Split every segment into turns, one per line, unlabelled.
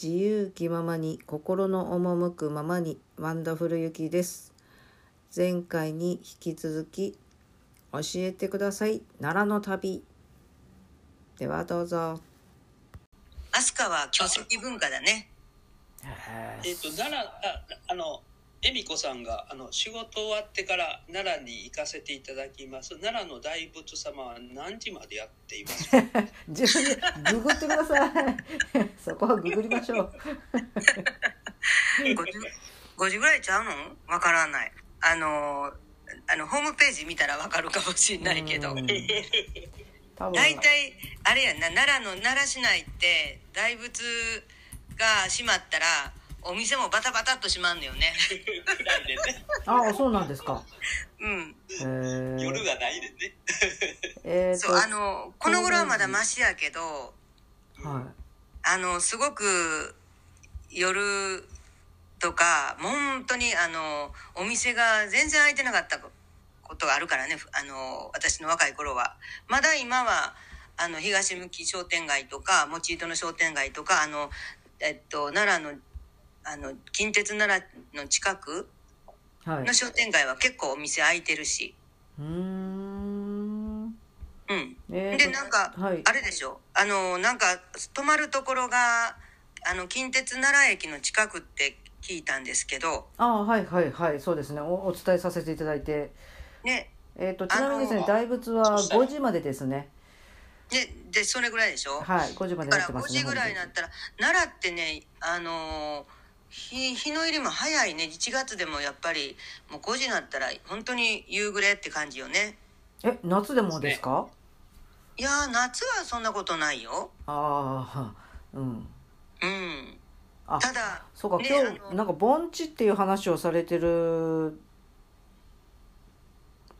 自由気ままに心の赴くままにワンダフルゆきです前回に引き続き教えてください奈良の旅ではどうぞ
飛鳥は巨石文化だね。
えっと奈良ああの恵美子さんがあの仕事終わってから奈良に行かせていただきます奈良の大仏様は何時までやっていますか
自分でググってください そこはググりましょう
5時 ,5 時ぐらいちゃうのわからない。あの、あの、ホームページ見たらわかるかもしれないけど
う。ん多分
大体、あれやんな、奈良の奈良市内って、大仏が閉まったら、お店もバタバタっと閉まんのよね。
くらいで ね
あそうなんですか
うん。
えー、
夜がないでね
えー、と
そう、あの、この頃はまだマシやけど、
はい
あの、すごく、夜とか、もう本当に、あの、お店が全然開いてなかったことがあるからね、あの、私の若い頃は。まだ今は、あの、東向き商店街とか、持ち糸の商店街とか、あの、えっと、奈良の、あの、近鉄奈良の近く
はい
の商店街は結構お店開いてるし、
うーん
うん。
えーと
で、なんか、
はい
あれでしょあの、なんか、泊まるところが、あの、近鉄奈良駅の近くって聞いたんですけど、
ああはいはいはいそうですねおお伝えさせていただいて
ね、
えっ、とちなみにですね
あの
大仏は5時までですね
で、で、それぐらいでしょ
はい5時まで
だか
や
ら
ってま
5
すね
時ぐらいになったら、奈良ってね、あのー日、日の入りも早いね。1月でもやっぱり、もう5時になったら、本当に夕暮れって感じよね。
え夏でもですか
いやー、夏はそんなことないよ。
ああうん
うん。
あ
ただ、
そうか
ね
今
あ
日
の
なんか盆地っていう話をされてる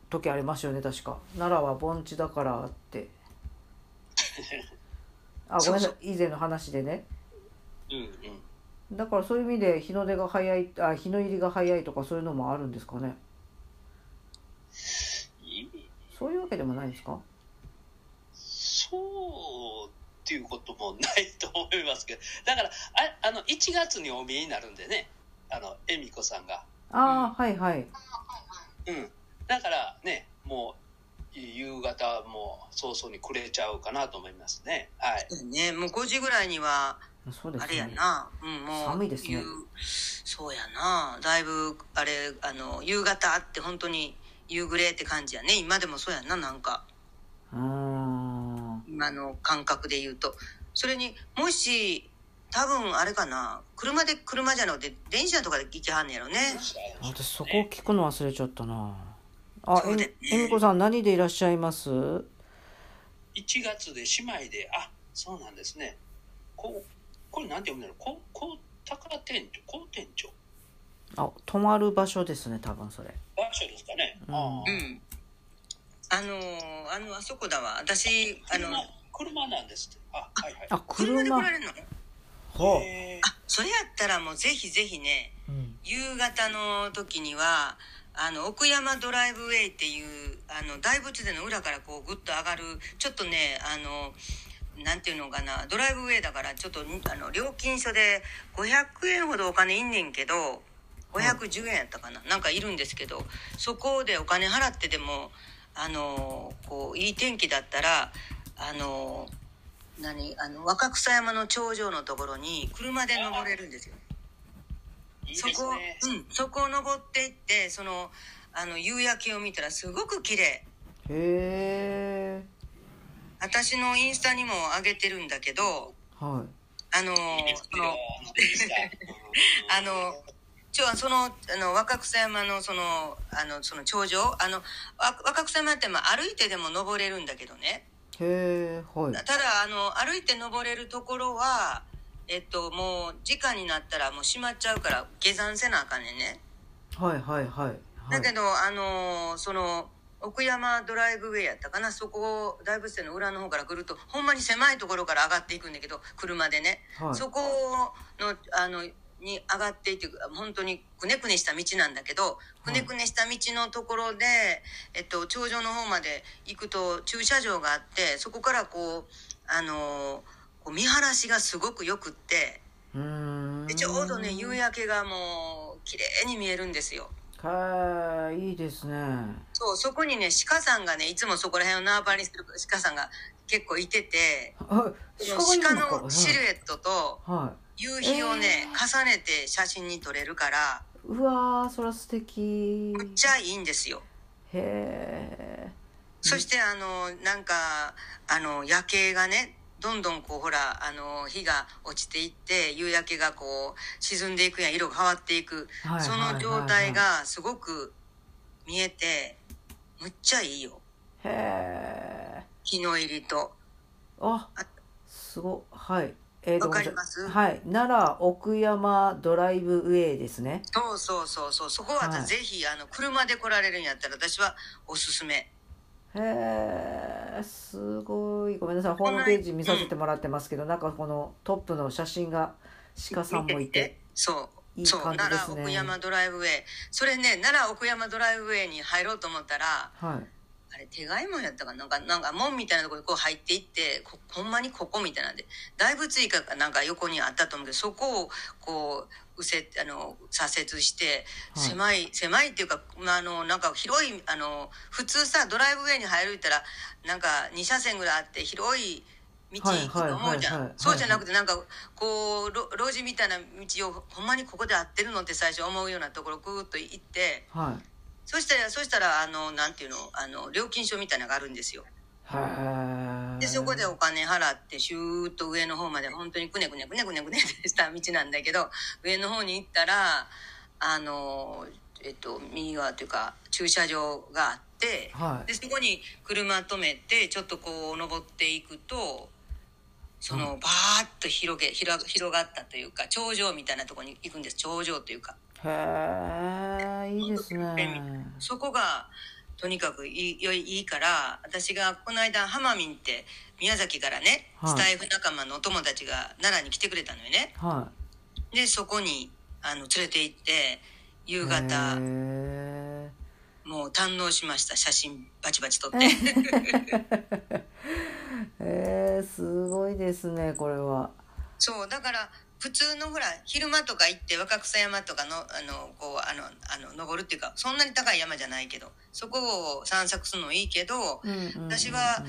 時ありますよね確か奈良は盆地だから ってあごめんなさ
そ
い以前の話でね
うんうん
だからそういう意味で日の出が早いあ日の入りが早いとかそういうのもあるんですかね
い
そういうわけでもないんですか
そうっていうこともないと思いますけどだからああの1月にお見えになるんでねあの恵美子さんが
ああ、はいはい
うんだからねもう夕方もう早々に暮れちゃうかなと思いますねはい
ね、もう5時ぐらいには、
そうです
あ
ね
れやな、うん、もう
寒いですね
夕そうやなだいぶあれあの夕方って本当に夕暮れって感じやね今でもそうやななんか
うーん
今の感覚で言うとそれにもし多分あれかな車で車じゃなくて電車とかで行きはんねやろね
私そこを聞くの忘れちゃったなあ
そうだよね
ええみこさん何でいらっしゃいます
1月で姉妹であそうなんですねこうこれなんて読むんだろうこうこう宝店長高店長
あ泊まる場所ですね多分それ
場所ですかね、
うん
あ
う
ー
んあのーあのあそこだわ私あの
車車なんですってあはいはい
あ
車で来
車
られるの
ほう
へー
あそれやったらもうぜひぜひね
うん
夕方の時にはあの奥山ドライブウェイっていうあの大仏殿の裏からこうグッと上がるちょっとねあのなんていうのかなドライブウェイだからちょっとあの料金所で500円ほどお金いんねんけど510円やったかななんかいるんですけどそこでお金払ってでもあのこういい天気だったらあの何あの若草山の頂上のところに車で登れるんですよ。
いいです
そこ、
ね
うん、そこを登っていって、その、あの、夕焼けを見たらすごく綺麗。
へえ
私のインスタにも上げてるんだけど、
は
あの、
いいです
そ
よ
の、 あのちょその、あの、若草山の、その、あの、その頂上、あの、わ若草山って、まあ、歩いてでも登れるんだけどね。
いへえはい
ただ、あの、歩いて登れるところは、えっと、もう、時間になったらもう閉まっちゃうから、下山せなあかんねんね。
はいはいはいは
だ
い
けど、あのーその奥山ドライブウェイやったかなそこを大仏殿の裏の方から来るとほんまに狭いところから上がっていくんだけど車でね、
はい
そこのあのに上がっていって本当にくねくねした道なんだけどくねくねした道のところで、えっと、頂上の方まで行くと駐車場があってそこからこう、あのーこう見晴らしがすごくよくって。
うーん
でちょうどね夕焼けがもう綺麗に見えるんですよ
はいいいですね
そうそこにね鹿さんがねいつもそこら辺を縄張りする鹿さんが結構いてて
あ
その鹿のシル
エ
エットと
は
夕日をね、
え
重ねて写真に撮れるから
い、うわーそら素敵
むっちゃいいんですよ
へえ
そしてあのなんかあの夜景がねどんどんこうほらあの日が落ちていって夕焼けがこう沈んでいくやん色が変わっていく、その状態がすごく見えてむっちゃいいよ
へえ
日の入りと
あ
あ
すごはいえーと
わかります
ごめんなさいはい奈良奥山ドライブウェイですね
そうそうそうそうそこは
はい
ぜひ、あの車で来られるんやったら私はおすすめ
へえすごいごめんなさいホームページ見させてもらってますけど、なんかこのトップの写真が鹿さんもいて
そう
いい
そう
感じですね
奈良奥山ドライブウェイそれね奈良奥山ドライブウェイに入ろうと思ったら
はい
あれ手買い門やったかななんかなんか門みたいなところにこう入っていってこほんまにここみたいなんで大仏以下かなんか横にあったと思うけどそこをこう右折あの左折して
はい
狭い、狭いっていうか、まあ、あのなんか広いあの普通さドライブウェイに入る言ったらなんか2車線ぐらいあって広い道
はいはい
と思うじ
はい
ゃ
はい
んそうじゃなくてなんかこうろ路地みたいな道をほんまにここで合ってるのって最初思うようなところぐーっと行って。
はい
そしたら、そしたら、あの、なんていうの、あの、料金書みたいなのがあるんですよ。
へえ
で、そこでお金払って、シューッと上の方まで、本当にくねくねくねくねくねってした道なんだけど、上の方に行ったら、あの、えっと、右側というか、駐車場があって、
はい
で、そこに車止めて、ちょっとこう、登っていくと、その、バーッと広げ、広が広がったというか、頂上みたいなところに行くんです。頂上というか。
へえいいですね
そこがとにかくいいよいいいから私がこの間ハマミンって宮崎からね、
はい
スタイフ仲間のお友達が奈良に来てくれたのよね
は
でそこにあの連れて行って
い
夕方
へえ
もう堪能しました写真バチバチ撮って、
へえすごいですねこれは
そうだから普通のほら昼間とか行って若草山とかのあのこうあのあの登るっていうかそんなに高い山じゃないけどそこを散策するのもいいけど私は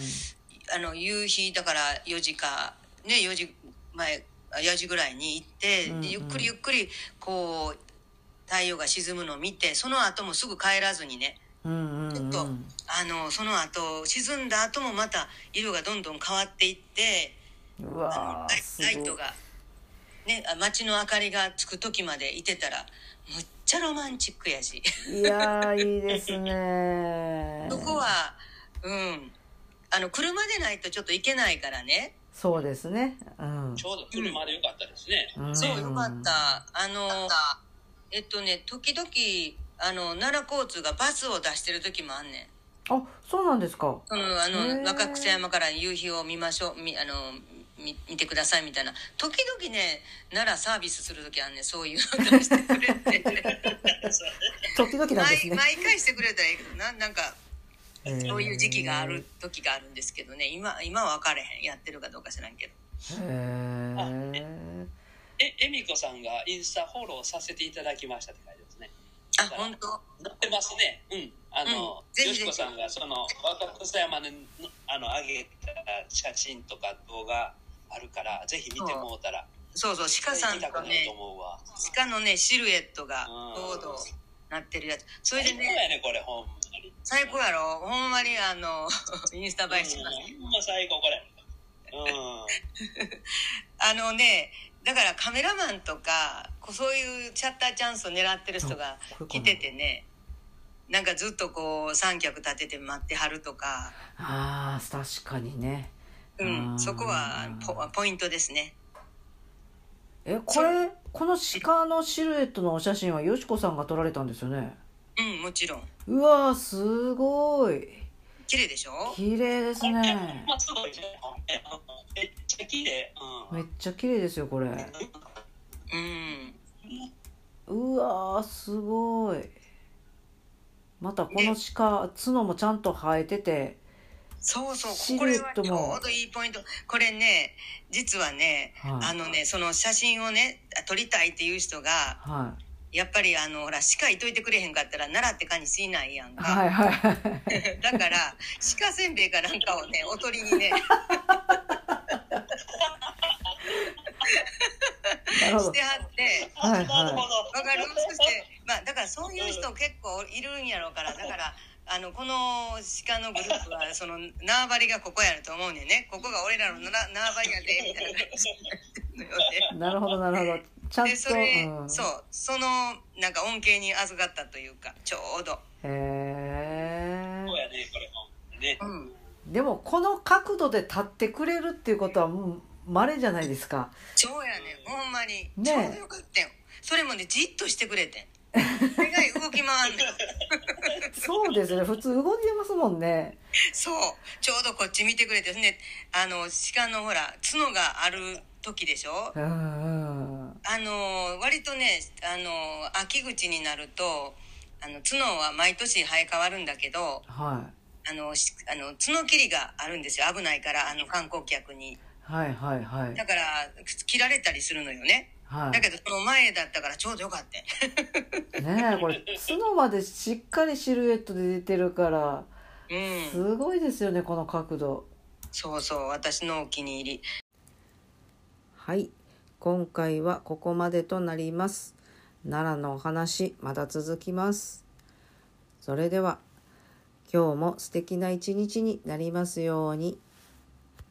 あの夕日だから4時かね4時前あ4時ぐらいに行って、
うんうん
でゆっくりゆっくりこう太陽が沈むのを見てその後もすぐ帰らずにね
ち
ちょっとあのその後沈んだ後もまた色がどんどん変わっていって
う
あ
わーす
の
ご
ライ
い
ライトが、ね、あ街の明かりがつく時までいてたらむっちゃロマンチックやし
いやーいいですね
そこはうんあの車でないとちょっと行けないからね
そうですねうん
ちょうど車でよかったですね。
ん
そうよかった。あの、えっとね、時々、あの、奈良交通がバスを出してる時もあんねん。
あそうなんですか
その、あ
へー
の、若草山から夕日を見ましょう、みあの、み見てくださいみたいな。時々ね、奈良サービスする時あんねん、そういうの出してくれて。
時々なんです
毎
ね
毎回してくれたらいいけど、ななんか、そういう時期があ
へ
る時があるんですけどね、今、今は分かれへん。やってるかどうか知らんけど。
え
え、恵美子さんがインスタフォローさせていただきましたって書いてますね。
あ、本当
載ってますね。うん。あ
う
の、
んぜひ
よ
ぜひ
しこさんがその若草山のあの上げた写真とか動画あるから、ぜひ見てもうたら、
そうそう、鹿さん
見たく
と
なる
ね
と、思うわ。
鹿のね、シルエットが、
うん
ちょうど、なってるやつ。そ
そ
れでね、
やねこれほんまに。
最高やろほんまにあの インスタ映えします、
うんほんま最高これ。う
あのねだからカメラマンとかこうそういうシャッターチャンスを狙ってる人が来ててねなんかずっとこう三脚立てて待ってはるとか、
ああ確かにね
うん
あー
そこはポポイントですね
えこれこの鹿のシルエットのお写真はよしこさんが撮られたんですよね
うんもちろん
うわーすごい
綺麗でしょ
綺麗です
ん。
ね
まあすごいね。ほんまにうんめっちゃ綺麗。う
め
ん。
っちゃ綺麗ですよこれ
うん
うわーすごいまたこの鹿角もちゃんと生えてて
そうそ
シ
う、こ
ルエ
れ
ッ
は
ト
ち
も
ょうどいいポイント。これね、実はね、
はい
あのね、その写真をね、撮りたいっていう人が、
は
やっぱりあの、ほら、鹿いといてくれへんかったら、奈良ってカニしないやん
い
か。
はい はい。
だから、鹿せんべいかなんかをね、おと りにね、
なるほ
し
ど
て。はって、
はい
なるほど
は
わかるそして、まあ、だからそういう人結構いるんやろうから、だから、あの、この鹿のグループは、その、縄張りがここやると思うねんね。ここが俺らのな縄張りやで、みたいな感じのようで。
い。なるほどなるほど。ちゃんと
でそれ、
うん
そうそのなんか恩恵に預かったというかちょうど、
へ
そうやね、これも。ね。
うん、
ーでもこの角度で立ってくれるっていうことはもう稀じゃないです か。
そうやねんほんまに、
ねえ
ちょうどよかったよそれもねじっとしてくれてん手が動き回 んの
そうですね。普通動いてますもんね。
そうちょうどこっち見てくれてねあの鹿のほら角がある時でしょ
うんうん。
あの割とねあの秋口になるとあの角は毎年生え変わるんだけど
はい。
あのしあの角切りがあるんですよ危ないからあの観光客に。
はいはいはい
だから切られたりするのよね。
は
だけどその前だったからちょうどよかったよ。
い。ねえこれ角までしっかりシルエットで出てるから
うん。
すごいですよねこの角度。
そうそう私のお気に入り。
はい、今回はここまでとなります。奈良のお話まだ続きます。それでは今日も素敵な一日になりますように。